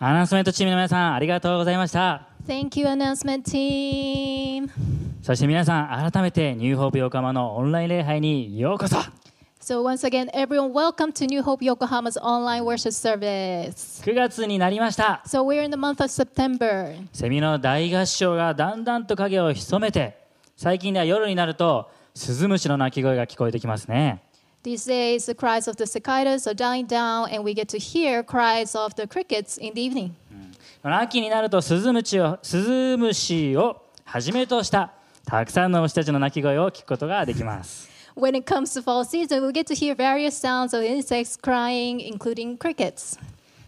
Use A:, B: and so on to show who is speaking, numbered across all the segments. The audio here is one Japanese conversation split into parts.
A: アナウンスメントチームの皆さん、ありがとうございました。
B: Thank you, announcement team.
A: そして皆さん、改めてニューホープ横浜のオンライン礼拝にようこそ
B: So, once again, everyone, welcome to New Hope Yokohama's online worship service.
A: !9 月になりました。
B: So, we're in the month of September.
A: セミの大合唱がだんだんと影を潜めて、最近では夜になると、スズムシの鳴き声が聞こえてきますね。
B: These days, the cries of the cicadas are dying down, and we get to hear cries of the crickets in the evening.
A: この秋になるとスズムチを、スズムシをはじめとした、たくさんの虫たちの鳴き声を聞くことができます。
B: When it comes to fall season, we get to hear various sounds of insects crying, including crickets.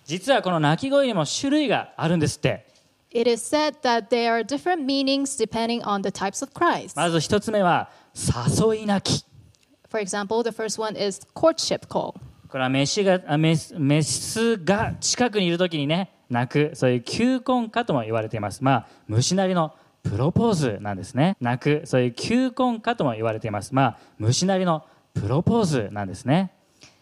A: 実はこの鳴き声にも種類があるんですって。
B: It is said that there are different meanings depending on the types of cries.
A: まず一つ目は、誘い鳴き。
B: For example, the first one is courtship call.
A: これはメスがあメスメスが近くにいるときにね鳴くそういう求婚歌とも言われていますまあ虫なりのプロポーズなんですね鳴くそういう求婚歌とも言われていますまあ虫なりのプロポーズなんですね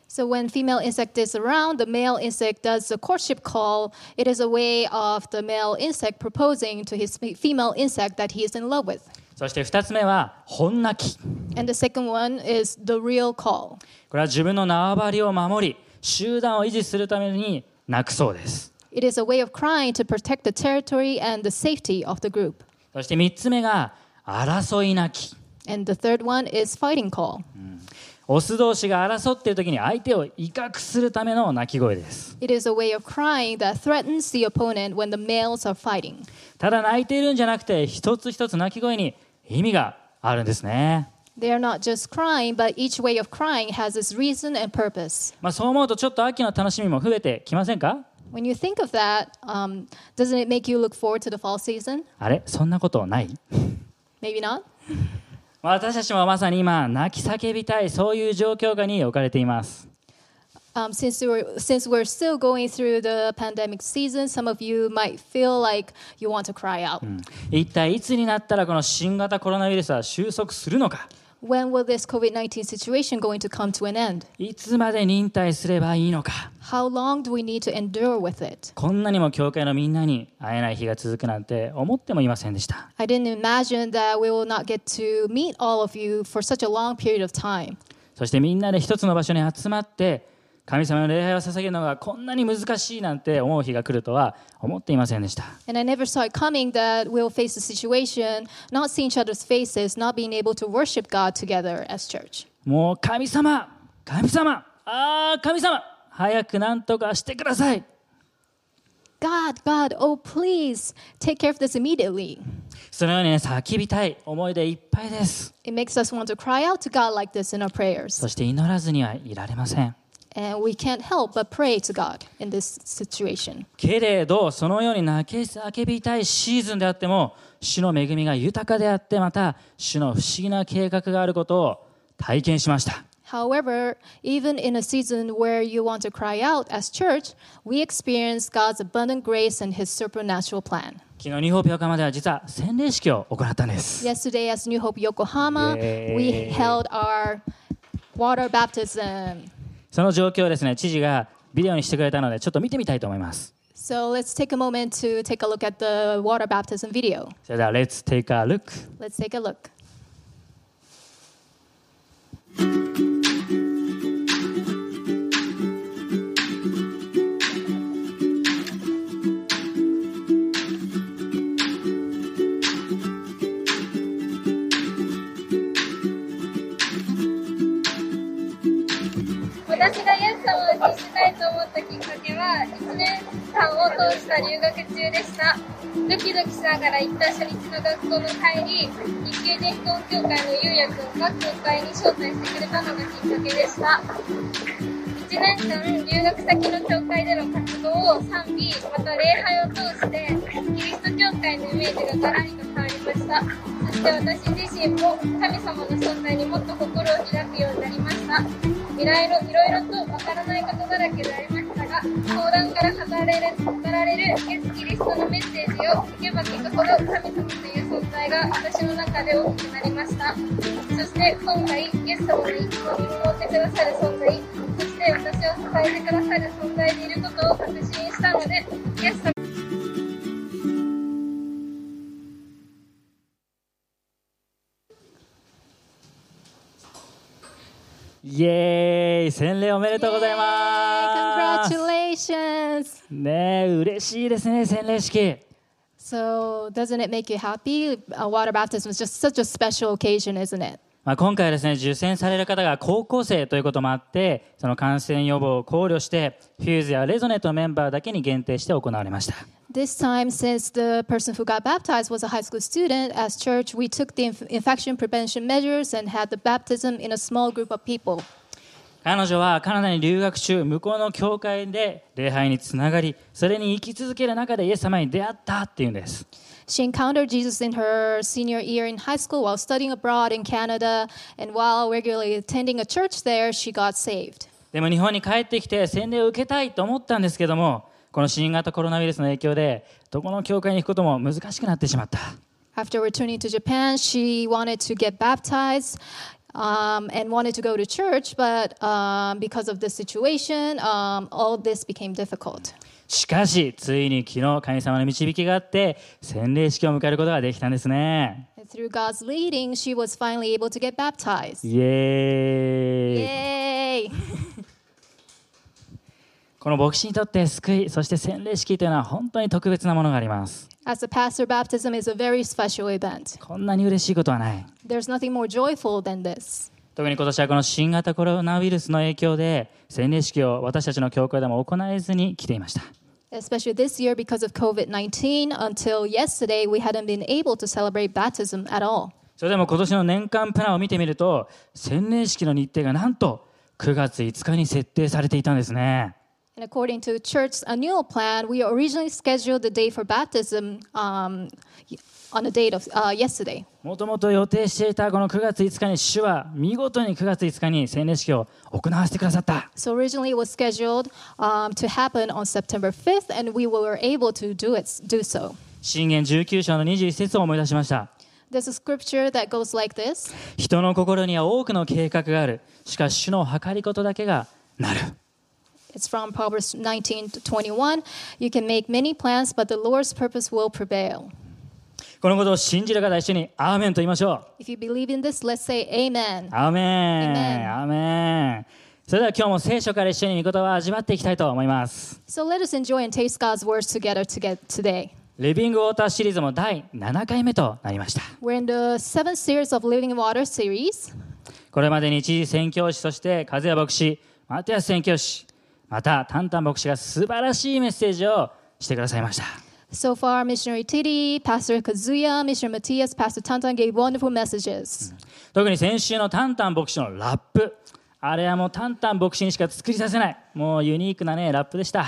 B: So when female insect is around, the male insect does the courtship call. It is a way of the male insect proposing to his fe- female insect that he is in love with.
A: そして2つ目は本鳴き
B: And the second one is the real call.
A: これは自分の縄張りを守り集団を維持するために鳴くそうです
B: It is a way of crying to protect the territory and the safety of the group.
A: そして3つ目が争い鳴き
B: And the third one is fighting call.
A: オス同士が争っている時に相手を威嚇するための鳴き声です
B: It is a way of crying that threatens the opponent when the males are fighting.
A: ただ泣いているんじゃなくて一つ一つ鳴き声に意味があるんですね、
B: They are not just crying, but each way of crying has its reason and purpose.
A: まあ、そう思うとちょっと秋の楽しみも増えてきませんか
B: When you think of that, um, doesn't it make you look forward to the fall season?
A: あれそんなことない
B: Maybe not.
A: まあ私たちもまさに今泣き叫びたいそういう状況下に置かれています
B: Um, since we're since we're still going through the pandemic season, some of you might feel like you want to cry out.
A: 一体いつになったらこの新型コロナウイルスは収束するのか
B: When will this COVID nineteen situation going to come to an end?
A: いつまで忍耐すればいいのか
B: How long do we need to endure with it?
A: こんなにも教会のみんなに会えない日が続くなんて思ってもいませんでした
B: I didn't imagine that we will not get to meet all of you for such a long period of time.
A: そしてみんなで一つの場所に集まって神様の礼拝を捧げるのがこんなに難しいなんて思う日が来るとは思っていませんでした
B: And I never saw it coming that we'll face a situation, not seeing each other's faces, not being able to worship God together as church.
A: もう神様神様ああ神様早く何とかしてください
B: God, God, oh please take care of this immediately.
A: そのようにね叫びたい思いでいっぱいです
B: It makes us want to cry out to God like this in our prayers.
A: そして祈らずにはいられません
B: And we can't help but pray to God in this situation.
A: けれどそのように泣き叫びたいシーズンであっても主の恵みが豊かであってまた主の不思議な計画があることを体験しました
B: However, even in a season where you want to cry out as church, we experience God's abundant grace and his supernatural plan.
A: 昨日、日本病館までは実は洗礼式を行ったんです。
B: Yesterday, as New Hope Yokohama, we
A: Yay.
B: held our water baptism.
A: その状況をですね、知事がビデオにしてくれたので、ちょっと見てみたいと思います。
B: So let's take a moment to take a look at the water baptism video.
A: それでは、Let's take a look.
B: Let's take a look.
C: 私がイエス様を信じたいと思ったきっかけは1年間を通した留学中でしたドキドキしながら行った初日の学校の帰り日系伝統協会の釉薬君が教会に招待してくれたのがきっかけでした1年間留学先の教会での活動を賛美また礼拝を通してキリスト教会のイメージがガラリと変わりましたそして私自身も神様の存在にもっと心を開くようになりましたいろいろいろいろとわからないことだらけでありましたが相談から語れる語られるイエス・キリストのメッセージを聞けば聞くほど神様という存在が私の中で大きくなりましたそして今回イエス様の意向を見守ってくださる存在そして私を支えてくださる存在でいることを確信したので、イエス様
A: イエーイ洗礼おめでとうござい Ah. ます
B: Congratulations!
A: ねえ嬉しいですね洗礼式
B: So, doesn't it make you happy? Uh, water baptism is just such a special occasion, isn't it?
A: まあ、今回はですね受選される方が高校生ということもあってその感染予防を考慮してフューズやレゾネットのメンバーだけに限定して行われました
B: This time, since the person who got baptized was a high school student, as church, we took the inf- infection prevention measures and had the baptism in a small group of people.
A: 彼女はカナダに留学中向こうの教会で礼拝につながりそれに生き続ける中でイエス様に出会ったっていうんです
B: She encountered Jesus in her senior year in high school while studying abroad in Canada, and while regularly attending a church there, she got saved.
A: でも日本に帰ってきて洗礼を受けたいと思ったんですけどもこの新型コロナウイルスの影響でどこの教会に行くことも難しくなってしまった
B: After returning to Japan, she wanted to get baptized um, and wanted to go to church, but um, because of this situation, um, all this became difficult.
A: しかしついに昨日神様の導きがあって洗礼式を迎えることができたんですね
B: And through God's leading, she was finally able to get baptized.
A: イエーイ
B: Yay!
A: この牧師にとって救いそして洗礼式というのは本当に特別なものがあります
B: As a pastor, baptism is a very special event.
A: こんなに嬉しいことはない
B: There's nothing more joyful than this.
A: 特に今年はこの新型コロナウイルスの影響で洗礼式を私たちの教会でも行えずに来ていました
B: Especially this year because of COVID 19, until yesterday, we hadn't been able to celebrate baptism at all.
A: それでも今年の年間プランを見てみると洗礼式の日程がなんと9月5日に設定されていたんですね
B: And according to the church's annual plan, we originally scheduled the day for baptism um, on the date of uh, yesterday.
A: もともと予定していたこの9月5日に主は見事に9月5日に洗礼式を行わせてくださった
B: So originally it was scheduled um, to happen on September 5th, and we were able to do it do so.
A: 信玄19章の21節を思い出しました
B: There's a scripture that goes like this:
A: 人の心には多くの計画があるしかし主の計りことだけがなる
B: It's from Proverbs 19 to 21. You can make many plans, but the Lord's purpose will prevail.
A: このことを信じる方一緒にアーメンと言いましょ
B: If you believe in this, let's say Amen.
A: うアーメ
B: アーメ
A: ン
B: ン
A: アーメンそれでは今日も聖書から一緒に御言葉を味わっていきたいと思います
B: So let us enjoy and taste God's words together to get today.
A: リビングウォーターシリーズも第7回目となりました
B: We're in the seventh series of Living Water series.
A: これまでに一時宣教師そして和也牧師マティアス宣教師またタンタン牧師が素晴らしいメッセージをしてくださいました
B: So far, Missionary Titi, Pastor Kazuya, Missionary Matthias, Pastor Tantan gave wonderful messages.
A: 特に先週のタンタン牧師のラップあれはもうタンタン牧師にしか作りさせないもうユニークなねラップでした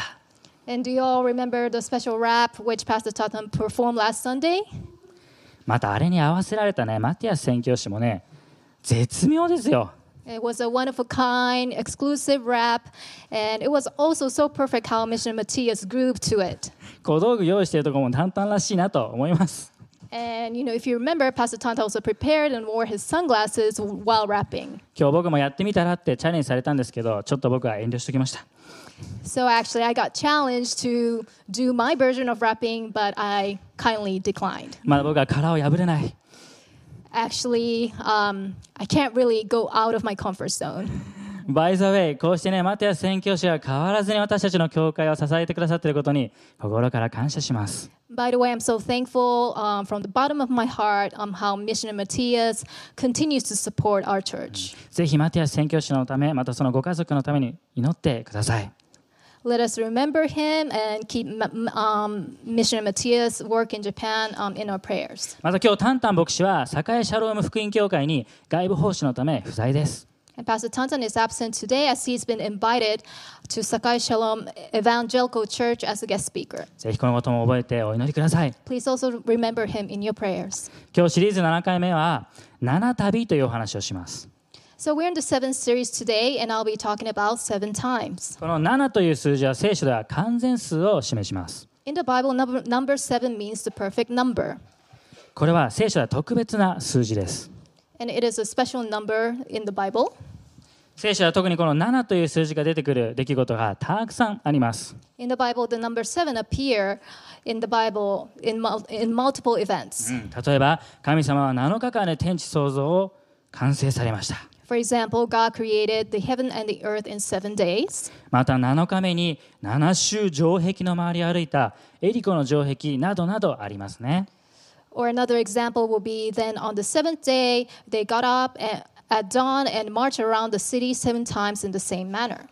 B: And do you all remember the special rap which Pastor Tantan performed last Sunday?
A: またあれに合わせられたねマティアス宣教師もね絶妙ですよ
B: It was a one of a kind, exclusive rap, and it was also so perfect how Missionary Matthias grew to it.
A: 小道具用意してるとこもタンタンらしいなと思います
B: And you know, if you remember, Pastor Tantan also prepared and wore his sunglasses while rapping.
A: 今日僕もやってみたらってチャレンジされたんですけどちょっと僕は遠慮しておきました
B: So actually, I got challenged to do my version of rapping, but I kindly declined.
A: まだ僕は殻を破れない
B: Actually, um, I can't really go out of my comfort zone.
A: バイザウェイこうしてねマティアス宣教師は変わらずに私たちの教会を支えてくださっていることに心から感謝します
B: By the way, I'm so thankful um, from the bottom of my heart um, how Missionary Matthias continues to support our church.
A: ぜひマティアス宣教師のためまたそのご家族のために祈ってください
B: Let us remember him and keep m- um, Missionary Matthias' work in Japan um, in our prayers.
A: また今日タンタン牧師は栄シャローム福音教会に外部奉仕のため不在です
B: And Pastor Tantan is absent today as he's been invited to Sakai Shalom Evangelical Church as a guest speaker.
A: ぜひこのことも覚えてお祈りください
B: Please also remember him in your prayers.
A: 今日シリーズ7回目は「七旅」というお話をします
B: So we're in the seventh series today, and I'll be talking about seven times.
A: この7という数字は聖書では完全数を示します
B: In the Bible, number, number seven means the perfect number,
A: これは聖書では特別な数字です
B: and it is a special number in the Bible.
A: 聖書では特にこの7という数字が出てくる出来事がたくさんあります
B: In the Bible, the number seven appear in the Bible in, mul- in multiple
A: Mm-hmm.
B: events.
A: 例えば神様は7日間で天地創造を完成されました
B: For example, God created the heaven and the earth in seven days.
A: また7日目に7周城壁の周りを歩いたエリコの城壁などなどありますね
B: Or another example will be then on the seventh day, they got up a- at dawn and marched around the city seven times in the same manner.
A: 今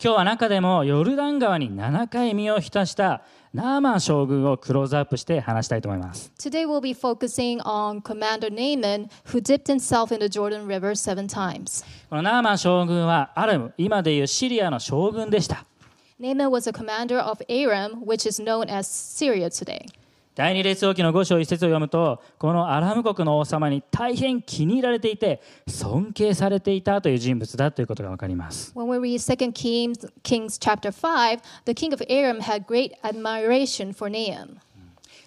A: 日は中でもヨルダン川に7回身を浸したナーマン将軍をクローズアップして話したいと思います
B: Today we'll be focusing on Commander Naaman, who dipped himself in the Jordan River seven times.
A: このナーマン将軍はアラム今でいうシリアの将軍でした
B: Naaman was a commander of Aram, which is known as Syria today.
A: 第二列王記の5章1節を読むとこのアラム国の王様に大変気に入られていて尊敬されていたという人物だということがわかります
B: When we read 2 Kings, Kings chapter 5, the king of Aram had great admiration for Naaman.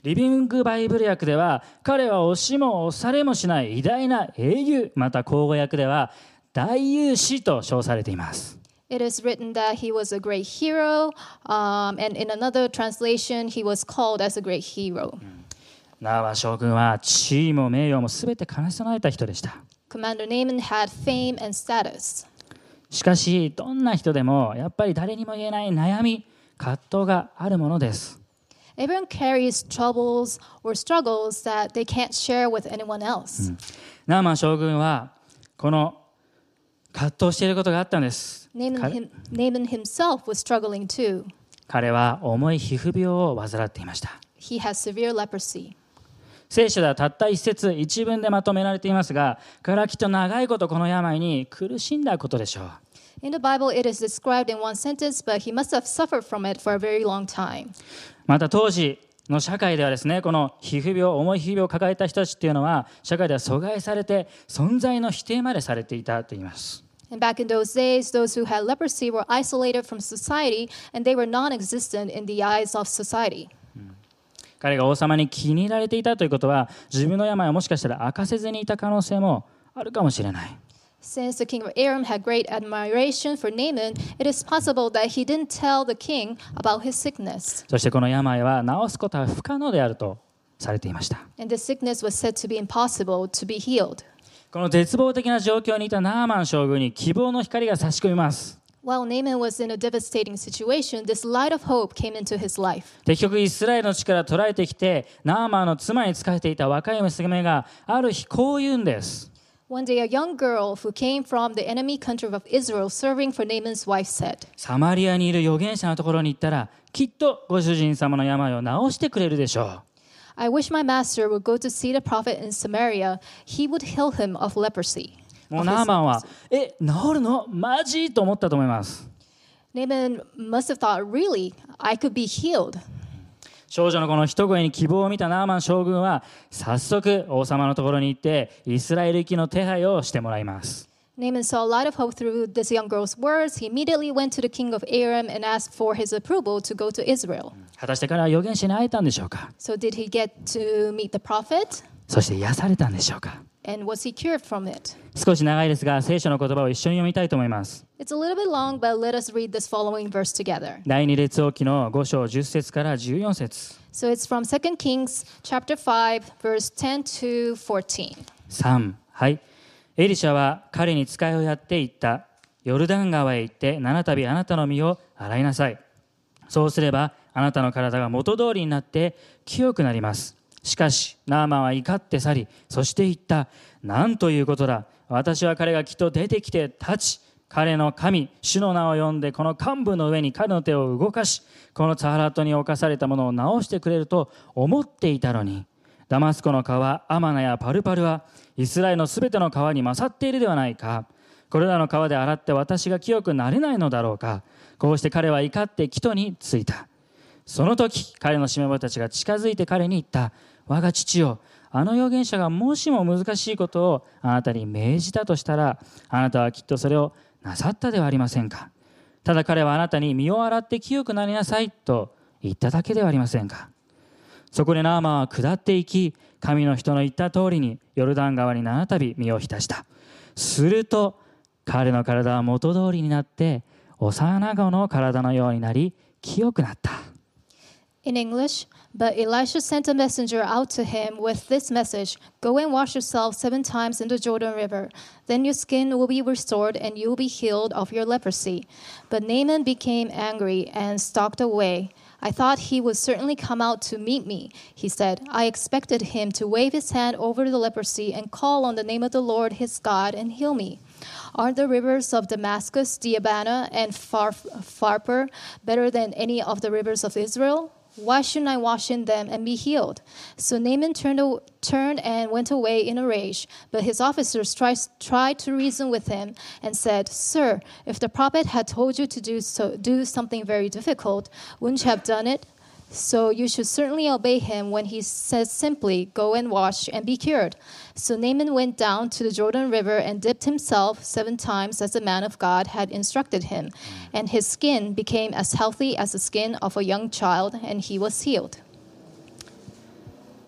A: リビングバイブル訳では彼は押しも押されもしない偉大な英雄また口語訳では大勇士と称されています
B: It is written that he was a great hero, um, and in another translation, he was called as a great hero.
A: ナーマン将軍は地位も名誉も全て兼ね備えた人でした
B: Commander Naaman had fame and status.
A: しかしどんな人でもやっぱり誰にも言えない悩み葛藤があるものです
B: Everyone carries troubles or struggles that they can't share with anyone else.
A: ナーマン将軍はこの葛藤していることがあったんです
B: Naaman,
A: 彼
B: him, Naaman himself was struggling too.
A: 彼は重い皮膚病を患っていました
B: He had severe leprosy.
A: 聖書ではたった一節一文でまとめられていますが彼はきっと長いことこの病に苦しんだことでしょう
B: In the Bible, it is described in one sentence, but he must have suffered from it for a very long time.
A: また当時の社会ではですねこの皮膚病重い皮膚病を抱えた人たちっていうのは社会では阻害されて存在の否定までされていたと言います
B: And back in those days, those who had leprosy were isolated from society and they were non existent in the eyes of society.
A: 彼が王様に気に入られていたということは自分の病をもしかしたら明かせずにいた可能性もあるかもしれない
B: Since the king of Aram had great admiration for Naaman, it is possible that he didn't tell the king about his sickness.
A: そしてこの病は治すことは不可能であるとされていました
B: And this sickness was said to be impossible to be healed.
A: この絶望的な状況にいたナーマン将軍に希望の光が差し込みます
B: While Naaman was in a devastating situation, this light of hope came into his life.
A: 結局イスラエルの地から捕らえてきてナーマンの妻に仕えていた若い娘がある日こう言うんです
B: One day, a young girl who came from the enemy country of Israel serving for Naaman's wife said,
A: サマリアにいる預言者のところに行ったらきっとご主人様の病を治してくれるでしょう
B: I wish my master would go to see the prophet in Samaria. He would heal him of leprosy.
A: もう
B: Of
A: ナー
B: his-
A: マンは「え治るのマジ?」と思ったと思います
B: Naaman must have thought, really, I could be healed.
A: 少女のこの一声に希望を見たナーマン将軍は早速王様のところに行ってイスラエル行きの手配をしてもらいます
B: Naaman saw a light of hope through this young girl's words. He immediately went to the king of Aram and asked for his approval to go to Israel.
A: 果たして彼は預言者に会えたんでしょうか
B: So, did he get to meet the prophet?
A: そして癒されたんでしょうか
B: And was he cured from it?
A: 少し長いですが聖書の言葉を一緒に読みたいと思います
B: It's a little bit long, but let us read this following verse together.
A: 第二列王記の5章10節から14節
B: So it's from 2 Kings chapter 5 verse 10 to 14.
A: 3はいエリシャは彼に使いをやって言ったヨルダン川へ行って七度あなたの身を洗いなさいそうすればあなたの体が元通りになって清くなりますしかしナーマンは怒って去りそして言ったなんということだ私は彼がきっと出てきて立ち彼の神主の名を呼んでこの幹部の上に彼の手を動かしこのサハラトに侵されたものを直してくれると思っていたのにダマスコの川アマナやパルパルはイスラエルのすべての川に勝っているではないかこれらの川で洗って私が清くなれないのだろうかこうして彼は怒ってキトに着いたその時彼のしめばたちが近づいて彼に言った我が父よあの預言者がもしも難しいことをあなたに命じたとしたらあなたはきっとそれをなさったではありませんかただ彼はあなたに身を洗って清くなりなさいと言っただけではありませんかそこでナーマンは下っていき、神の人の言った通りにヨルダン川に七度身を浸した。すると、彼の体は元通りになって、幼子の体のようになり、清くなった。
B: in English, but Elisha sent a messenger out to him with this message Go and wash yourself seven times in the Jordan River. Then your skin will be restored and you will be healed of your leprosy. But Naaman became angry and stalked away. I thought he would certainly come out to meet me, he said. I expected him to wave his hand over the leprosy and call on the name of the Lord his God and heal me. Are the rivers of Damascus, Diabana, and Far- Farper better than any of the rivers of Israel? Why shouldn't I wash in them and be healed? So Naaman turned, aw- turned and went away in a rage. But his officers tried, tried to reason with him and said, Sir, if the prophet had told you to do, so, do something very difficult, wouldn't you have done it? So you should certainly obey him when he says simply, Go and wash and be cured. So Naaman went down to the Jordan River and dipped himself seven times as the man of God had instructed him. And his skin became as healthy as the skin of a young child, and he was healed.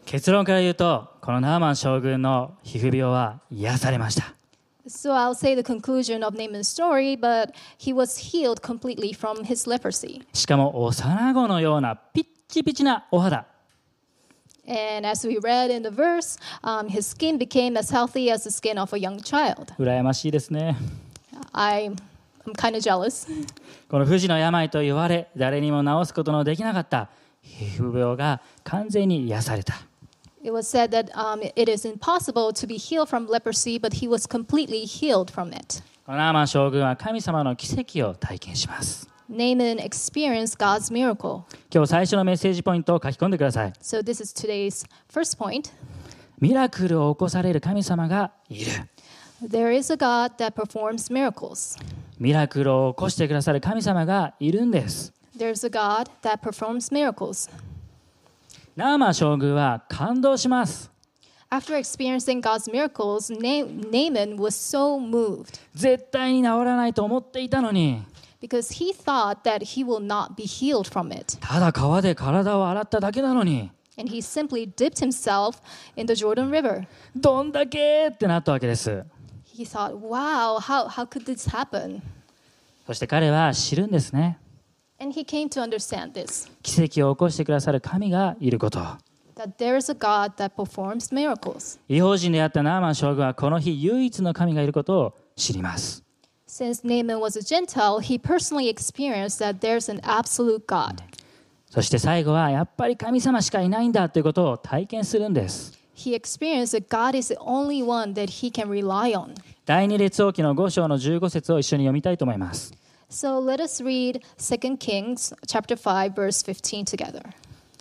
A: 結論から言うとこのナーマン将軍の皮膚病は癒されました
B: So I'll say the conclusion of Naaman's story, but he was healed completely from his leprosy.
A: しかも幼子のようなピッチピチなお肌
B: And as we read in the verse, um, his skin became as healthy as the skin of a young child.
A: 羨ましいですね
B: I, I'm kind of jealous.
A: この不治の病と言われ誰にも治すことのできなかった皮膚病が完全に癒された
B: It was said that um, it is impossible to be healed from leprosy, but he was completely healed from it.
A: このナーマン将軍は神様の奇跡を体験します
B: Naaman experienced God's miracle.
A: 今日最初のメッセージポイントを書き込んでください
B: So, this is today's first point.
A: ミラクルを起こされる神様がいる
B: There is a God that performs miracles.
A: ミラクルを起こしてくださる神様がいるんです
B: There's a God that performs miracles.
A: ナーマン将軍は感動します
B: After experiencing God's miracles, Na- Naaman was so moved
A: 絶対に治らないと思っていたのに
B: because he thought that he will not be healed from it.
A: ただ川で体を洗っただけなのに
B: And he simply dipped himself in the Jordan River.
A: どんだけってなったわけです
B: He thought, wow, how, how could this happen?
A: そして彼は知るんですね
B: And he came to understand this
A: 奇跡を起こしてくださる神がいること。
B: that there is a God that performs miracles.
A: 異邦人であったナーマン将軍はこの日唯一の神がいることを知ります。
B: Since Naaman was a Gentile, he personally experienced that there's an absolute God.
A: そして最後はやっぱり神様しかいないんだということを体験するんです。
B: He experienced that God is the only one that he can rely on.
A: 第二列王記の5章の15節を一緒に読みたいと思います。
B: So let us read 2 Kings chapter 5 verse 15 together.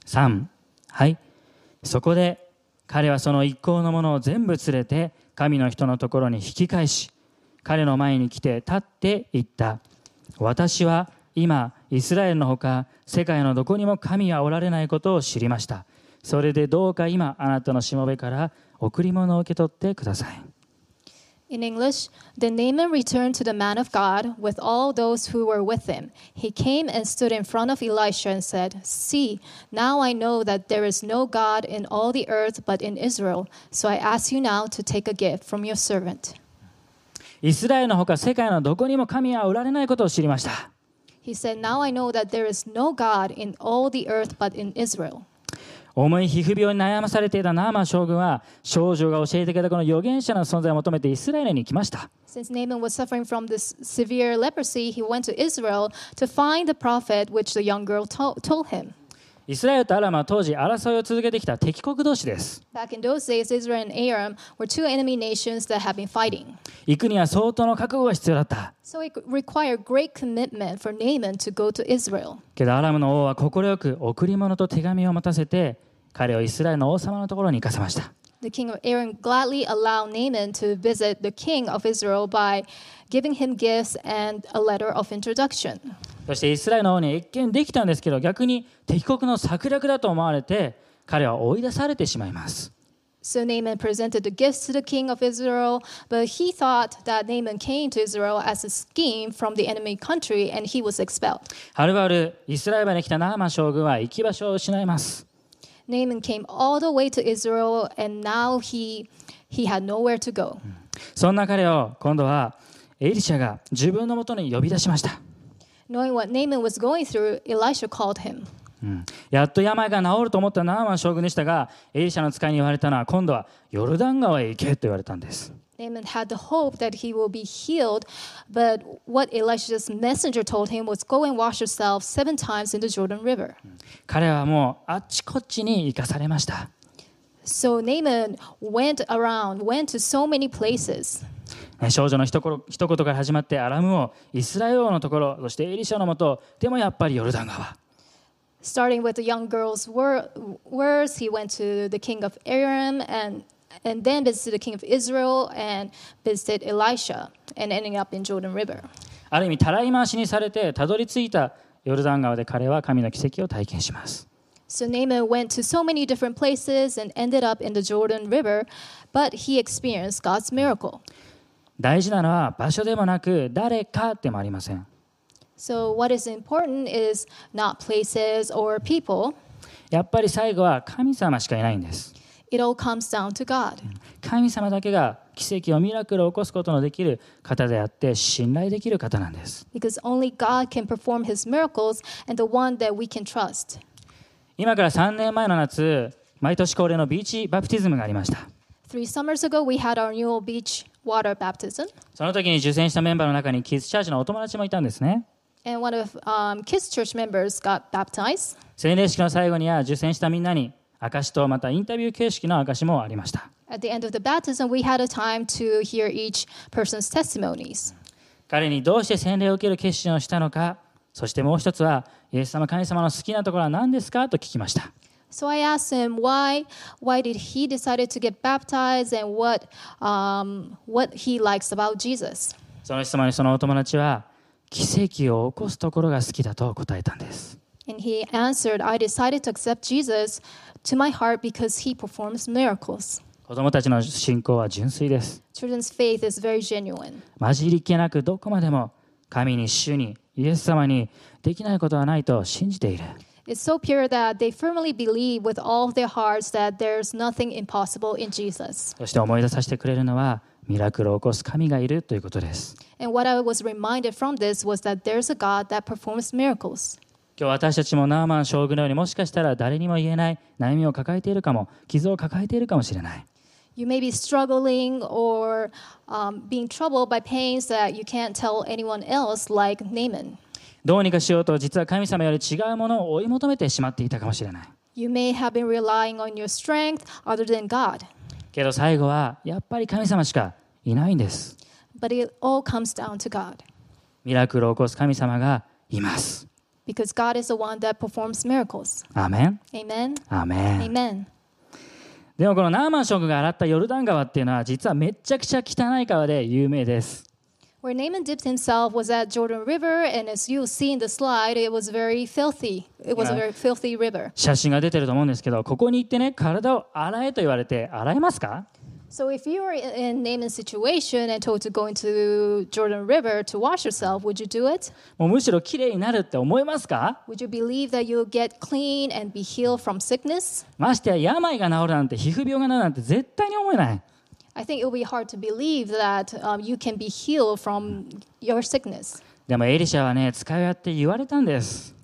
A: 3はいそこで彼はその一行のものを全部連れて神の人のところに引き返し彼の前に来て立って言った私は今イスラエルのほか世界のどこにも神はおられないことを知りましたそれでどうか今あなたのしもべから贈り物を受け取ってください
B: In English, then Naaman returned to the man of God with all those who were with him. He came and stood in front of Elisha and said, See, now I know that there is no God in all the earth but in Israel. So I ask you now to take a gift from your servant.
A: イスラエルのほか世界のどこにも神はおられないことを知りました
B: He said, Now I know that there is no God in all the earth but in Israel.
A: 重い皮膚病に悩まされていたナーマン将軍は少女が教えてくれたこの預言者の存在を求めてイスラエルに来ました
B: Since Naaman was suffering from this severe leprosy, he went to Israel to find the prophet which the young girl to- told him.
A: イスラエルとアラムは当時争いを続けてきた敵国同士です
B: Back in those days, Israel and Aram were two enemy nations that had been fighting.
A: 行くには相当の覚悟が必要だった
B: So it required great commitment for Naaman to go to Israel.
A: けどアラムの王は快く贈り物と手紙を持たせて彼をイスラエルの王様のところに行かせました
B: The king of Aram gladly allowed Naaman to visit the king of Israel by giving him gifts and a letter of introduction.
A: そしてイスラエルの王に一見できたんですけど逆に敵国の策略だと思われて彼は追い出されてしまいます
B: So Naaman presented the gifts to the king of Israel, but he thought that Naaman came to Israel as a scheme from the enemy country and he was expelled.
A: はるばるイスラエルに来たナーマン将軍は行き場所を失います
B: Naaman came all the way to Israel and now he he had nowhere to go.
A: そんな彼を今度はエリシャが自分のもとに呼び出しました。
B: Knowing what Naaman was going through, Elisha called him.
A: うんやっと病が治ると思ったナーマン将軍でしたがエリシャの使いに言われたのは今度はヨルダン川へ行けと言われたんです
B: Naaman had the hope that he will be healed, but what Elisha's messenger told him was go and wash yourself seven times in the Jordan River.
A: 彼はもうあっちこっちに行かされました
B: So Naaman went around, went to so many places.
A: ね少女の一言一言から始まってアラム王イスラエル王のところそしてエリシャのもとでもやっぱりヨルダン川
B: Starting with the young girl's wor- words, he went to the king of Aram and, and then visited the king of Israel and visited Elisha and ending up in Jordan River.
A: ある意味たらい回しにされてたどり着いたヨルダン川で彼は神の奇跡を体験します
B: So Naaman went to so many different places and ended up in the Jordan River, but he experienced God's miracle.
A: 大事なのは場所でもなく誰かでもありません
B: So what is important is not places or people.
A: やっぱり最後は神様しかいないんです
B: It all comes down to God.
A: 神様だけが奇跡をミラクルを起こすことのできる方であって信頼できる方なんです
B: Because only God can perform his miracles and the one that we can trust.
A: 今から3年前の夏毎年恒例のビーチバプティズムがありました
B: Three summers ago, we had our Newell Beach water baptism,
A: その時に受選したメンバーの中にキッズチャーチのお友達もいたんですね
B: and one of um, Kiss Church members got baptized.
A: 洗礼式の最後には受選したみんなに証しとまたインタビュー形式の証しもありました
B: At the end of the baptism, we had a time to hear each person's testimonies.
A: 彼にどうして洗礼を受ける決心をしたのかそしてもう一つはイエス様神様の好きなところは何ですかと聞きました
B: So I asked him why, why did he decided to get baptized and what, um, what he likes about Jesus.
A: その質問にそのお友達は奇跡を起こすところが好きだと答えたんです
B: And he answered, I decided to accept Jesus to my heart because he performs miracles.
A: 子供たちの信仰は純粋です
B: Children's faith is very genuine.
A: 混じり気なくどこまでも神に主にイエス様にできないことはないと信じている
B: It's so pure that they firmly believe with all their hearts that there's nothing impossible in Jesus.
A: そして思い出させてくれるのはミラクルを起こす神がいるということです
B: And what I was reminded from this was that there's a God that performs miracles.
A: 今日私たちもナーマン将軍のようにもしかしたら誰にも言えない悩みを抱えているかも傷を抱えているかもしれない
B: You may be struggling or um, being troubled by pains that you can't tell anyone else, like Naaman.
A: どうにかしようと実は神様より違うものを追い求めてしまっていたかもしれない
B: You may have been relying on your strength other than God,
A: けど最後はやっぱり神様しかいないんです
B: but it all comes down to God
A: ミラクルを起こす神様がいます
B: because God is the one that performs miracles.
A: アーメン
B: Amen.
A: アーメン
B: Amen.
A: でもこのナーマン将軍が洗ったヨルダン川っていうのは実はめちゃくちゃ汚い川で有名です
B: Where Naaman dipped himself was at Jordan River, and as you see in the slide, it was very filthy. It was a
A: Yeah.
B: very filthy river.
A: 写真が出てると思うんですけどここに行ってね体を洗えと言われて洗えますか
B: So if you were in- in Naaman's situation and told to go into Jordan River to wash yourself, would you do it?
A: もうむしろ綺麗になるって思いますか
B: Would you believe that you'll get clean and be healed from sickness?
A: ましてや病が治るなんて皮膚病が治るなんて絶対に思えない
B: I think it will be hard to believe that um, you can be healed from your sickness.
A: でもエリシャはね使いをやって言われたんです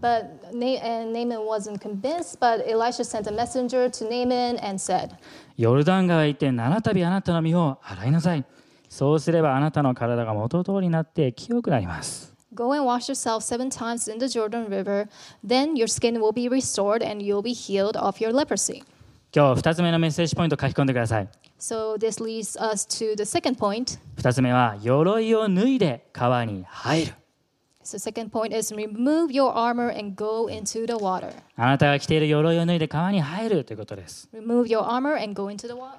B: But Na- and Naaman wasn't convinced, but Elisha sent a messenger to Naaman and said,
A: ヨルダン川へ行って七度あなたの身を洗いなさいそうすればあなたの体が元通りになって清くなります
B: Go and wash yourself seven times in the Jordan River, then your skin will be restored and you'll be healed of your leprosy.
A: 今日2つ目のメッセージポイント書き込んでください
B: So this leads us to the second point.
A: 2つ目は鎧を脱いで川に入る
B: So second point is remove your armor and go into the water.
A: あなたが着ている鎧を脱いで川に入るということです
B: Remove your armor and go into the water.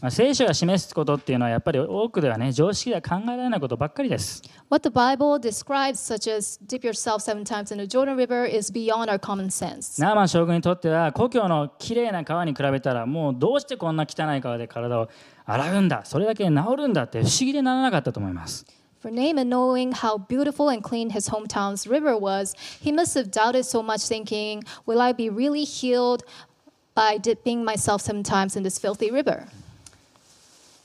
A: まあ聖書が示すことっていうのはやっぱり多くではね常識では考えられないことばっかりです
B: What the Bible describes, such as dip yourself seven times in the Jordan River, is beyond our common sense.
A: ナーマン将軍にとっては故郷のきれいな川に比べたらもうどうしてこんな汚い川で体を洗うんだそれだけで治るんだって不思議でならなかったと思います
B: For Naaman, knowing how beautiful and clean his hometown's river was, he must have doubted so much, thinking, Will I be really healed by dipping myself seven times in this filthy river?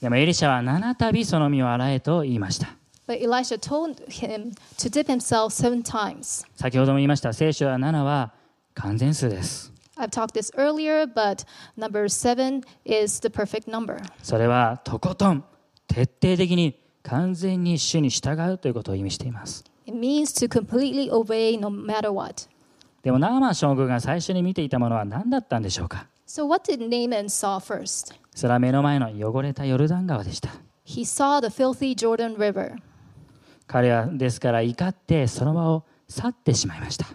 A: でもエリシャは七度その身を洗えと言いました
B: But Elisha told him to dip himself seven times.
A: 先ほども言いました聖書は7は完全数です
B: I've talked this earlier, but number seven is the perfect number.
A: それはとことん徹底的に完全に主に従うということを意味しています
B: It means to completely obey no matter what.
A: でもナーマン将軍が最初に見ていたものは何だったんでしょうか
B: So, what did Naaman saw first?
A: それは目の前の汚れたヨルダン川でした
B: He saw the filthy Jordan River.
A: 彼はですから怒ってその場を去ってしまいました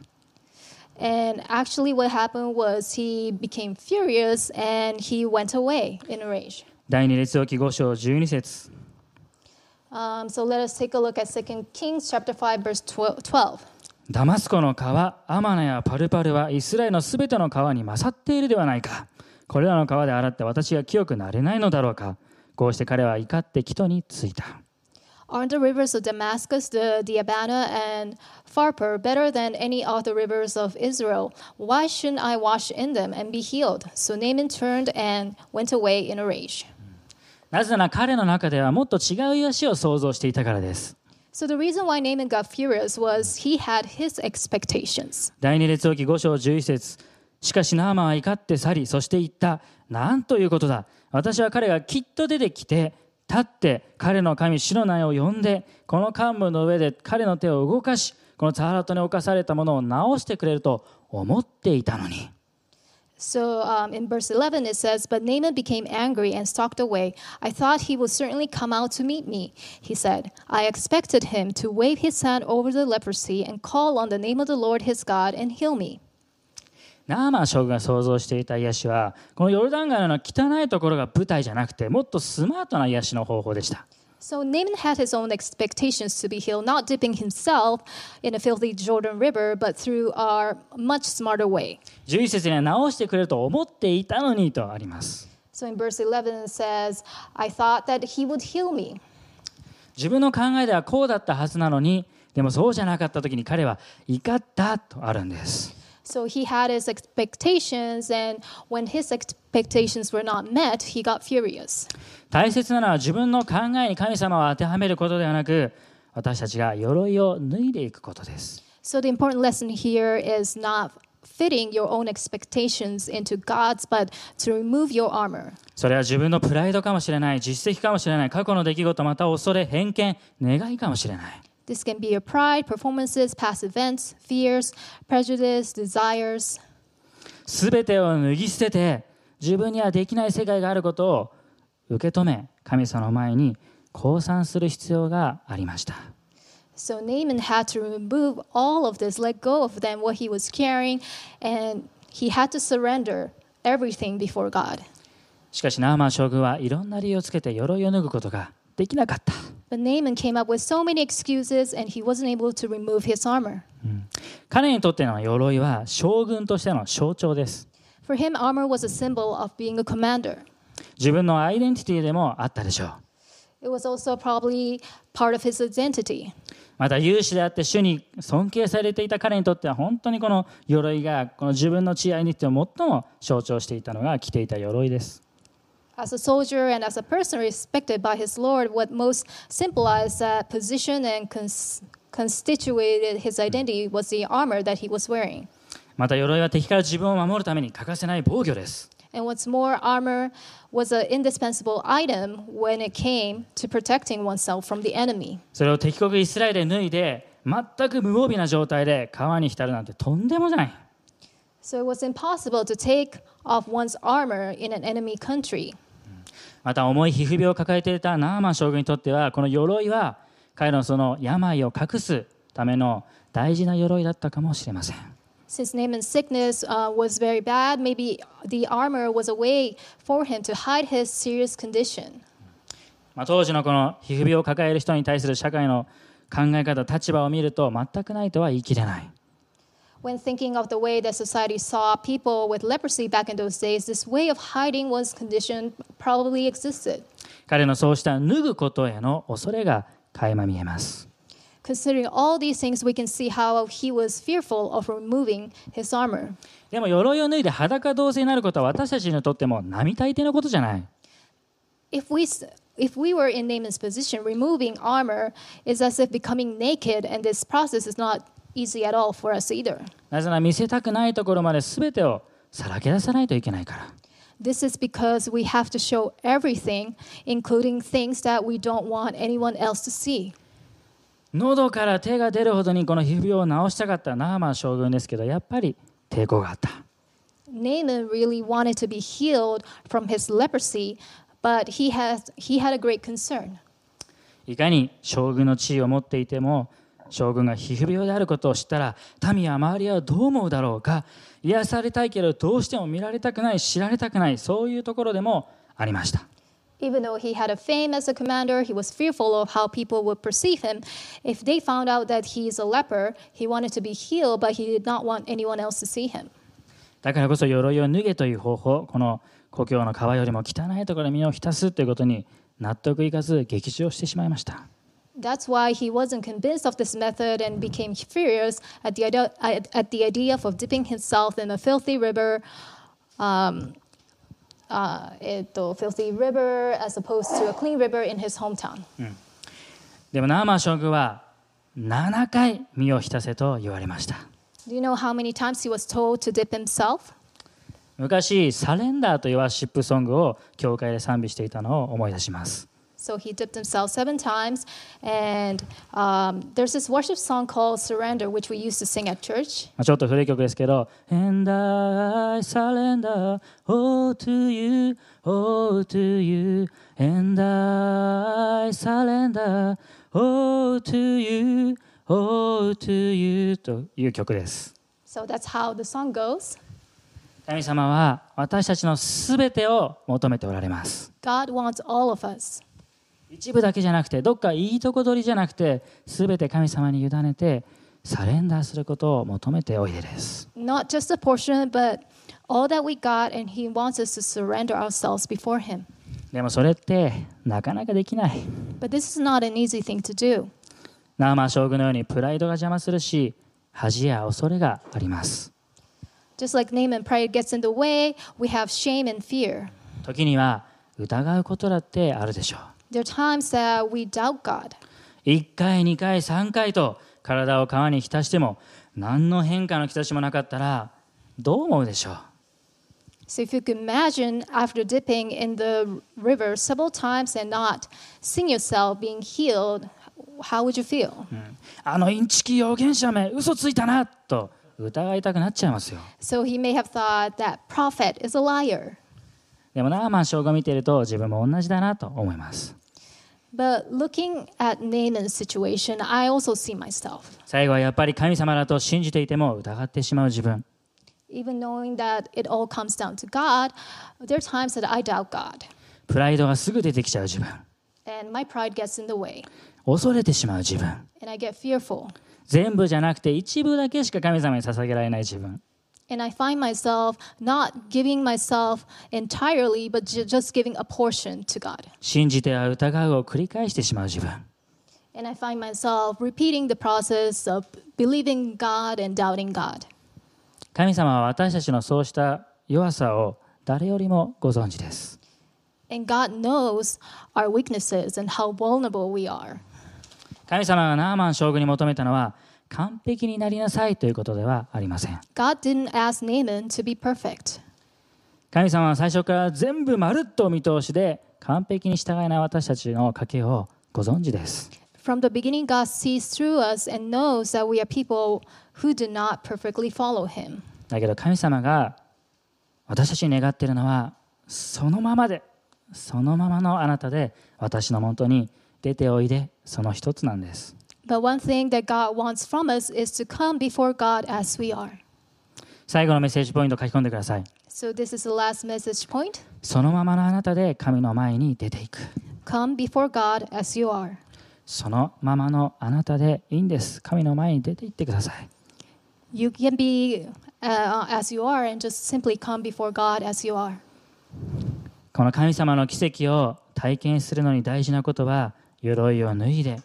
B: And actually, what happened was he became furious and he went away in a rage.
A: 第二列王記5章12節
B: Um, so, let us take a look at 2 Kings chapter 5, verse 12. 12.
A: ダマスコの川アマナやパルパルはイスラエルのすべての川に勝っているではないかこれらの川で洗って私が清くなれないのだろうかこうして彼は怒って帰途に着いた
B: Aren't the rivers of Damascus, the, the Abana, and Pharpar better than any other rivers of Israel? Why shouldn't I wash in them and be healed? So Naaman turned and went away in a rage.
A: なぜなら彼の中ではもっと違う癒しを想像していたからです
B: So the reason why Naaman got furious was he had his expectations.
A: 第二列王記5章11節しかしナーマンは怒って去りそして言ったなんということだ私は彼がきっと出てきて立って彼の神主の名を呼んでこの幹部の上で彼の手を動かしこのザハラトに侵されたものを直してくれると思っていたのに
B: So um, in verse 11 it says, But Naaman became angry and stalked away. I thought he would certainly come out to meet me. He said, I expected him to wave his hand over the leprosy and call on the name of the Lord his God and heal me.
A: ナーマン将軍が想像していた癒しはこのヨルダン川の汚いところが舞台じゃなくてもっとスマートな癒しの方法でした
B: So Naaman had his own expectations to be healed, not dipping himself in a filthy Jordan River, but through our much smarter way.
A: 11節には直してくれると思っていたのにとあります
B: So in verse 11 it says, I thought that he would heal me.
A: 自分の考えではこうだったはずなのにでもそうじゃなかった時に彼は怒ったとあるんです
B: So he had his expectations, and when his expectations were not met, he got furious.
A: 大切なのは自分の考えに神様を当てはめることではなく私たちが鎧を脱いでいくことです
B: So the important lesson here is not fitting your own expectations into God's, but to remove your armor.
A: それは自分のプライドかもしれない実績かもしれない過去の出来事また恐れ偏見願いかもしれない
B: This can be your pride, performances, past events, fears, prejudice, desires.
A: 全てを脱ぎ捨てて自分にはできない世界があることを受け止め神様の前に降参する必要がありました
B: So Naaman had to remove all of this, let go of them, what he was carrying, and he had to surrender everything before God.
A: しかしナーマン将軍はいろんな理由をつけて鎧を脱ぐことができなかった
B: But Naaman came up with so many excuses and he wasn't able to remove his armor.
A: 彼にとっての鎧は将軍としての象徴です
B: For him, armor was a symbol of being a commander.
A: 自分のアイデンティティでもあったでしょう
B: It was also probably part of his identity.
A: また勇士であって主に尊敬されていた彼にとっては本当にこの鎧がこの自分の地位アイデンティティを最も象徴していたのが着ていた鎧です
B: As a soldier and as a person respected by his Lord, what most symbolized that position and cons- constituted his identity was the armor that he was wearing.
A: また鎧は敵から自分を守るために欠かせない防御です
B: And what's more, armor was an indispensable item when it came to protecting oneself from the enemy.
A: それを敵国イスラエルで脱いで全く無防備な状態で川に浸るなんてとんでもじゃない
B: So it was impossible to take off one's armor in an enemy country.
A: また重い皮膚病を抱えていたナーマン将軍にとってはこの鎧は彼のその病を隠すための大事な鎧だったかもしれません
B: Since Naaman's sickness uh, was very bad, maybe the armor was a way for him to hide his serious condition.
A: まあ、当時のこの皮膚病を抱える人に対する社会の考え方立場を見ると全くないとは言い切れない
B: When thinking of the way that society saw people with leprosy back in those days, this way of hiding one's condition probably existed.
A: 彼のそうした脱ぐことへの恐れが垣間見えます
B: Considering all these things, we can see how he was fearful of removing his armor.
A: でも鎧を脱いで裸同性になることは私たちにとっても並大抵のことじゃない
B: If we s- If we were in Naaman's position, removing armor is as if becoming naked, and this process is not easy at all for us either.
A: なぜなら見せたくないところまで全てをさらけ出さないといけないから。
B: This is because we have to show everything, including things that we don't want anyone else to see.
A: 喉から手が出るほどにこの皮膚病を治したかったナーマン将軍ですけどやっぱり抵抗があった
B: Naaman really wanted to be healed from his leprosy, but he has he had a great concern.
A: いかに将軍の地位を持っていても将軍が皮膚病であることを知ったら民や周りはどう思うだろうか癒されたいけどどうしても見られたくない知られたくないそういうところでもありました
B: Even though he had a fame as a commander, he was fearful of how people would perceive him. If they found out that he is a leper, he wanted to be healed, but he did not want anyone else to see him.
A: だからこそ鎧を脱げという方法この故郷の川よりも汚いところに身を浸すということに納得いかず激情してしまいました
B: That's why he wasn't convinced of this method and became furious at the idea, at at the idea of dipping himself in a filthy river, um, uh, えっと filthy river as opposed to a clean river in his hometown.
A: でもナーマン将軍は7回身を浸せと言われました
B: Do you know how many times he was told to dip himself?
A: 昔サレンダーというワーシップソングを教会で賛美していたのを思い出します
B: So he dipped himself seven times, and um, there's this worship song called "Surrender," which we used to sing at church.
A: まあちょっと古い曲ですけど「And I surrender all to you, all to you And I surrender all to you, all to you」という曲です
B: So that's how the song goes.
A: 神様は私たちのすべてを求めておられます
B: God wants all of us.
A: 一部だけじゃなくてどっかいいとこ取りじゃなくて全て神様に委ねてサレンダーすることを求めておいでです
B: not just a portion, but all that we got, and He wants us to surrender ourselves before Him.
A: でもそれってなかなかできない
B: But this is not an easy thing to do.
A: ナーマン将軍のようにプライドが邪魔するし恥や恐れがあります
B: Just like Naaman, pride gets in the way, we have shame and fear.
A: 時には疑うことだってあるでしょう
B: There are times that we doubt God.
A: 1回2回3回と体を川に浸しても何の変化の兆しもなかったらどう思うでしょう
B: So, if you could imagine after dipping in the river several times and not seeing yourself being healed, how would you feel?
A: あのインチキ預言者め嘘ついたなと疑いたくなっちゃいますよ
B: So, he may have thought that prophet is a liar.
A: でもナーマン将軍を見ていると自分も同じだなと思います。
B: But looking at Naaman's situation, I also see myself.
A: 最後はやっぱり神様だと信じていても疑ってしまう自分。
B: even knowing that it all comes down to God, there are times that I doubt God
A: プライドがすぐ出てきちゃう自分。
B: and my pride gets in the way
A: 恐れてしまう自分。
B: and I get fearful
A: 全部じゃなくて一部だけしか神様に捧げられない自分。
B: and I find myself not giving myself entirely but ju- just giving a portion to God.
A: 信じては疑うを繰り返してしまう自分。
B: And I find myself repeating the process of believing God and doubting God.
A: 神様は私たちのそうした弱さを誰よりもご存知です。
B: And God knows our weaknesses and how vulnerable we are.
A: 神様がナーマン将軍に求めたのは完璧になりなさいということではありません。
B: God didn't ask Naaman to be perfect.
A: 神様は最初から全部まるっとお見通しで完璧に従えない私たちの賭けをご存知です。
B: From the beginning, God sees through us and knows that we are people who do not perfectly follow Him.
A: だけど神様が私たちに願っているのはそのままでそのままのあなたで私のもとに出ておいでその一つなんです。
B: But one thing that God wants from us is to come before God as we are.
A: 最後のメッセージポイント書き込んでください。
B: So, this is the last message point
A: そのままのあなたで神の前に出ていく。
B: come before God as you are.
A: そのままのあなたでいいんです。神の前に出ていってください。
B: You can be uh, as you are and just simply come before God as you are.
A: この神様の奇跡を体験するのに大事なことは鎧を脱いで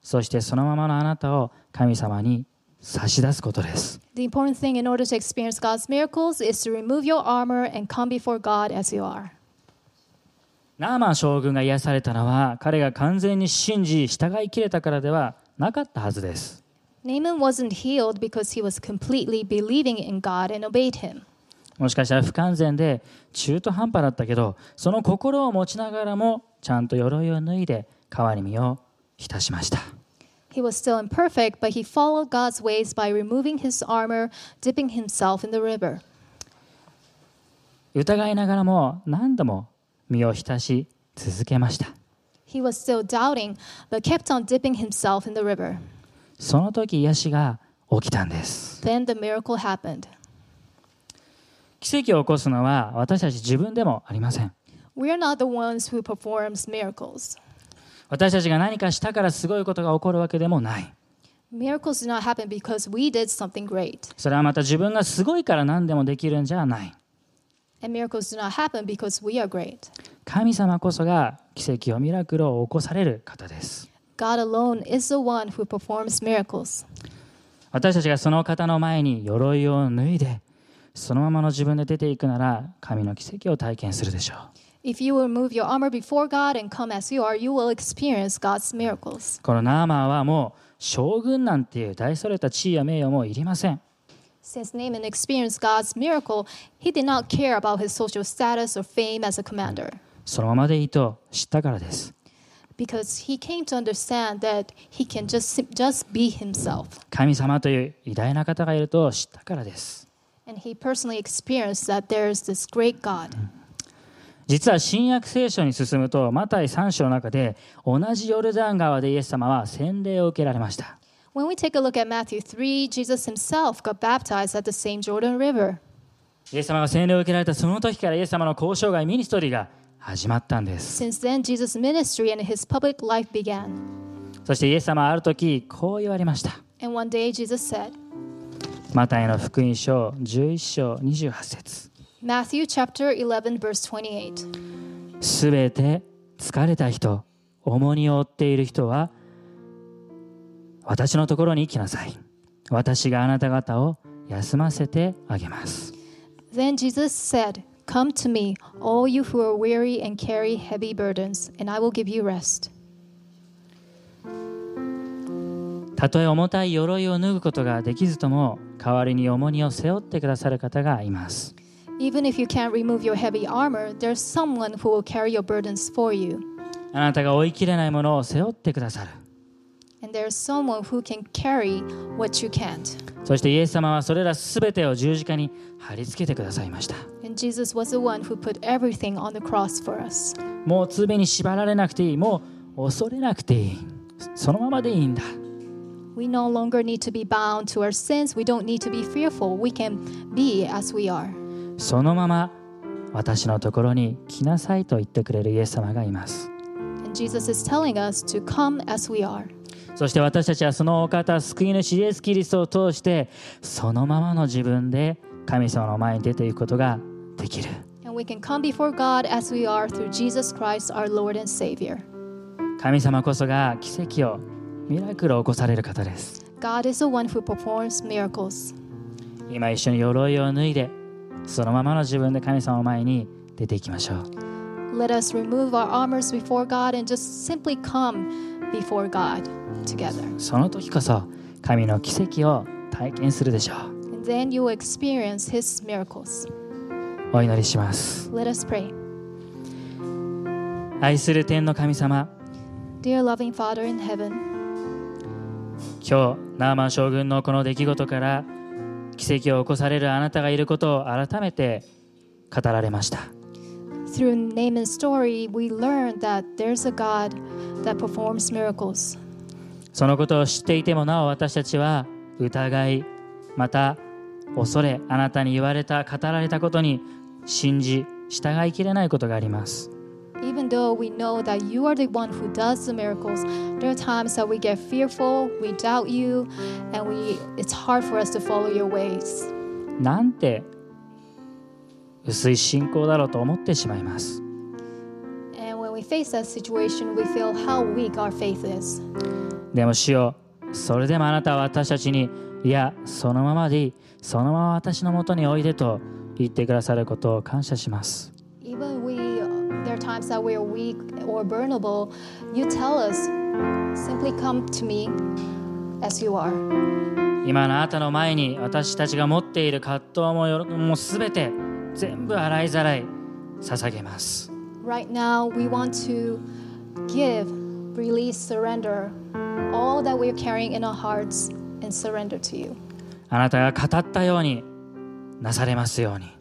A: そしてそのままのあなたを神様に差し出すことです
B: The important thing in order to experience God's miracles is to remove your armor and come before God as you are.
A: ナーマン将軍が癒されたのは彼が完全に信じ従いきれたからではなかったはずです
B: Naaman wasn't healed because he was completely believing in God and obeyed him.
A: もしかしたら不完全で中途半端だったけどその心を持ちながらもちゃんと鎧を脱いで川に身を浸しました
B: He was still imperfect, but he followed God's ways by removing his armor, dipping himself in the river.
A: 疑いながらも何度も身を浸し続けました
B: He was still doubting, but kept on dipping himself in the river.
A: その時癒しが起きたんです
B: Then the miracle happened.
A: 奇跡を起こすのは私たち自分でもありません
B: We are not the ones who performs miracles.
A: 私たちが何かしたからすごいことが起こるわけでもない
B: Miracles do not happen because we did something great,
A: それはまた自分がすごいから何でもできるんじゃない
B: and miracles do not happen because we are great.
A: 神様こそが奇跡をミラクルを起こされる方です
B: God alone is the one who performs miracles.
A: 私たちがその方の前に鎧を脱いでそのままの自分で出ていくなら神の奇跡を体験するでしょう
B: If you remove your armor before God and come as you are, you will experience God's miracles.
A: このナーマンはもう将軍なんていう大それた地位や名誉もいりません
B: Since Naaman experienced God's miracle, he did not care about his social status or fame as a commander,
A: そのままでいいと知ったからです
B: because he came to understand that he can just, just be himself.
A: 神様という偉大な方がいると知ったからです
B: And he personally experienced that there is this great God.
A: 実は新約聖書に進むとマタイ3章の中で同じヨルダン川でイエス様は洗礼を受けられました
B: When we take a look at Matthew 3, Jesus himself got baptized at the same Jordan River.
A: イエス様が洗礼を受けられたその時からイエス様の交渉外ミニストリーが始まったんです
B: Since then, Jesus' ministry and his public life began.
A: そしてイエス様はある時こう言われました
B: And one day, Jesus said,
A: マタイの福音書11章28節
B: Matthew chapter 11, verse 28.
A: すべて疲れた人重荷を負っている人は私のところに来なさい私があなた方を休ませてあげます
B: Then Jesus said, Come to me, all you who are weary and carry heavy burdens, and I will give you rest.
A: たとえ重たい鎧を脱ぐことができずとも代わりに重荷を背負ってくださる方がいます
B: Even if you can't remove your heavy armor, there's someone who will carry your burdens for you.
A: あなたが追い切れないものを背負ってくださる
B: And there's someone who can carry what you can't.
A: そしてイエス様はそれらすべてを十字架に貼り付けてくださいました
B: And Jesus was the one who put everything on the cross for us.
A: もう罪に縛られなくていいもう恐れなくていいそのままでいいんだ
B: We no longer need to be bound to our sins. We don't need to be fearful. We can be as we are.
A: そのまま私のところに来なさいと言ってくれるイエス様がいます
B: And Jesus is telling us to come as we are.
A: そして私たちはそのお方救い主イエス・キリストを通してそのままの自分で神様の前に出ていくことができる
B: And we can come before God as we are through Jesus Christ, our Lord and Savior.
A: 神様こそが奇跡をミラクルを起こされる方です
B: God is the one who performs miracles.
A: 今一緒に鎧を脱いでそのままの自分で神様の前に出ていきましょう
B: Let us remove our armors before God and just simply come before God together.
A: その時こそ神の奇跡を体験するでしょ
B: And then you will experience His miracles.
A: うお祈りします
B: Let us pray.
A: 愛する天の神様
B: Dear loving Father in heaven,
A: 今日ナーマン将軍のこの出来事から奇跡を起こされるあなたがいることを改めて語られました
B: through Naaman's story, we learn that there's a God that performs miracles.
A: そのことを知っていてもなお私たちは疑いまた恐れあなたに言われた語られたことに信じ従いきれないことがあります
B: Even though we know that you are the one who does the miracles, there are times that we get fearful, we doubt you, and we it's hard for us to follow your ways.
A: なんて薄い信仰だろうと思ってしまいます
B: And when we face that situation, we feel how weak our faith is.
A: でも主よそれでもあなたは私たちにいやそのままでいいそのまま私のもとにおいでと言ってくださることを感謝します
B: Even we there are times that we are weak or burnable, you tell us, simply come to me as you are.
A: 今のあなたの前に私たちが持っている葛藤も喜びも全て全部洗いざらい捧げます
B: Right now, we want to give, release, surrender all that we're carrying in our hearts and surrender to you.
A: あなたが語ったようになされますように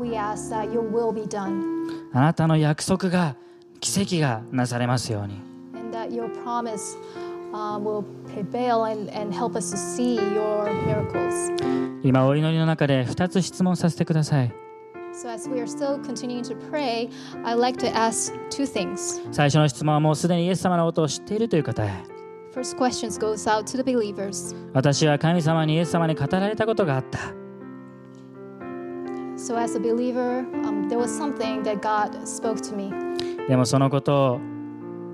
B: We ask that your will be done
A: あなたの約束が奇跡がなされますように
B: and that your promise uh, will prevail and, and help us to see your miracles.
A: 今お祈りの中で2つ質問させてください
B: So, as we are still continuing to pray, I'd like to ask two things.
A: 最初の質問はもうすでにイエス様のことを知っているという方へ
B: First question goes out to the believers.
A: 私は神様にイエス様に語られたことがあった
B: So, as a believer, um, there was something that God spoke to me,
A: でもそのことを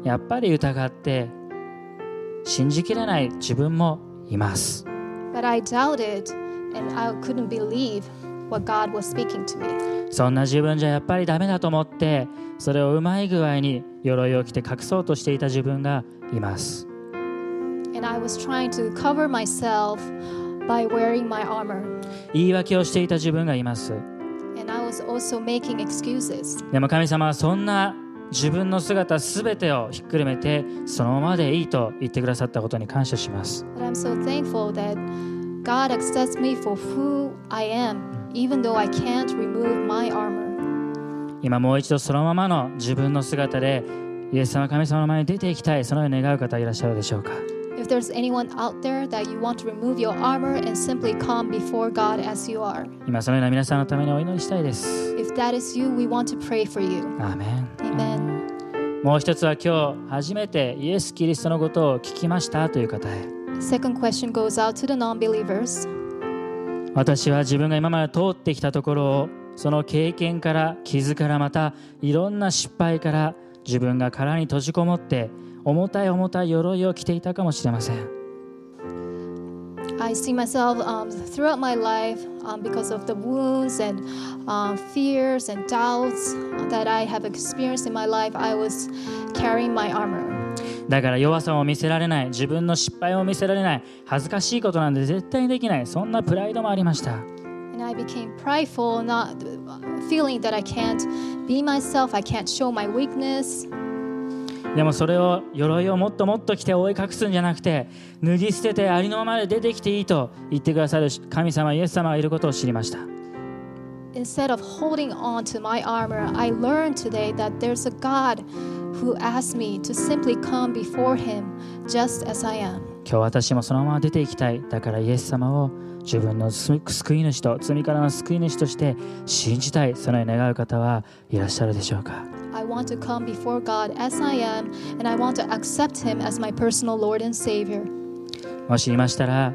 A: やっぱり疑って信じきれない自分もいます
B: but I doubted and I couldn't believe what God was speaking to me.
A: そんな自分じゃやっぱりダメだと思ってそれをうまい具合に鎧を着て隠そうとしていた自分がいます
B: And I was trying to cover myself by wearing my armor,
A: 言い訳をしていた自分がいます
B: and I was also making excuses.
A: でも神様はそんな自分の姿すべてをひっくるめてそのままでいいと言ってくださったことに感謝します
B: But I'm so thankful that God accepts me for who I am, even though I can't remove my armor.
A: 今もう一度そのままの自分の姿でイエス様神様の前に出ていきたいそのように願う方いらっしゃるでしょうか
B: If there's anyone out there that you want to remove your armor and simply come before God as you are,
A: 今そのような皆さんのためにお祈りしたいです
B: if that is you, we want to pray for you.
A: アーメン
B: Amen.
A: もう一つは今日初めてイエス・キリストのことを聞きましたという方へ
B: Second question goes out to the non believers.
A: 私は自分が今まで通ってきたところをその経験から傷からまたいろんな失敗から自分が殻に閉じこもって重たい重たい鎧を着ていたかもしれません
B: I see myself um, throughout my life um, because of the wounds and um, fears and doubts that I have experienced in my life, I was carrying my armor.
A: だから弱さを見せられない自分の失敗を見せられない恥ずかしいことなんて絶対にできないそんなプライドもありました
B: And I became prideful, not feeling that I can't be myself, I can't show my weakness,
A: でもそれを鎧をもっともっと着て覆い隠すんじゃなくて脱ぎ捨ててありのままで出てきていいと言ってくださる神様イエス様がいることを知りました
B: Instead of holding on to my armor, I learned today that there's a God who asked me to simply come before Him just as I am.
A: 今日私もそのまま出ていきたいだからイエス様を自分の救救い主と罪からの救い主として信じたいそのように願う方はいらっしゃるでしょうか
B: I want to come before God as I am, and I want to accept Him as my personal Lord and Savior.
A: もしいましたら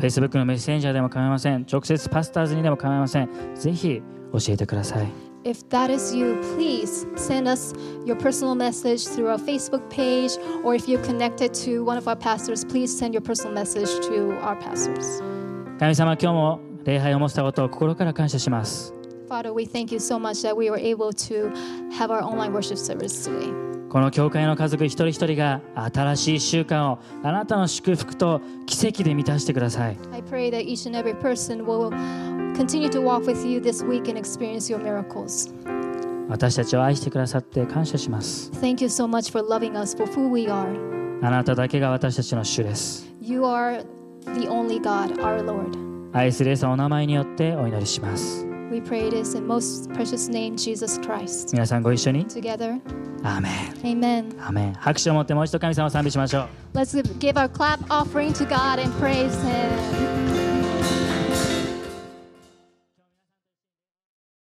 A: Facebook のメッセンジャーでも構いません直接パスターズにでも構いませんぜひ教えてください
B: If that is you, please send us your personal message through our Facebook page, or if you're connected to one of our pastors, please send your personal message to our pastors.
A: 神様今日も礼拝を持ったことを心から感謝します
B: Father, we thank you so much that we were able to have our online worship service today.
A: この教会の家族一人一人が新しい1週間をあなたの祝福と奇跡で満たしてください
B: I pray that each and every person will continue to walk with you this week and experience your miracles.
A: 私たちを愛してくださって感謝します
B: Thank you so much for loving us for who we are.
A: あなただけが私たちの主です
B: You are the only God, our Lord.
A: 愛するイエス様のお名前によってお祈りします
B: We pray this in most precious name, Jesus Christ.
A: 皆さんご一緒に
B: Together,
A: アーメン
B: amen.
A: アーメン拍手を持ってもう一度神様を賛美しましょう
B: Let's give our clap offering to God and praise Him.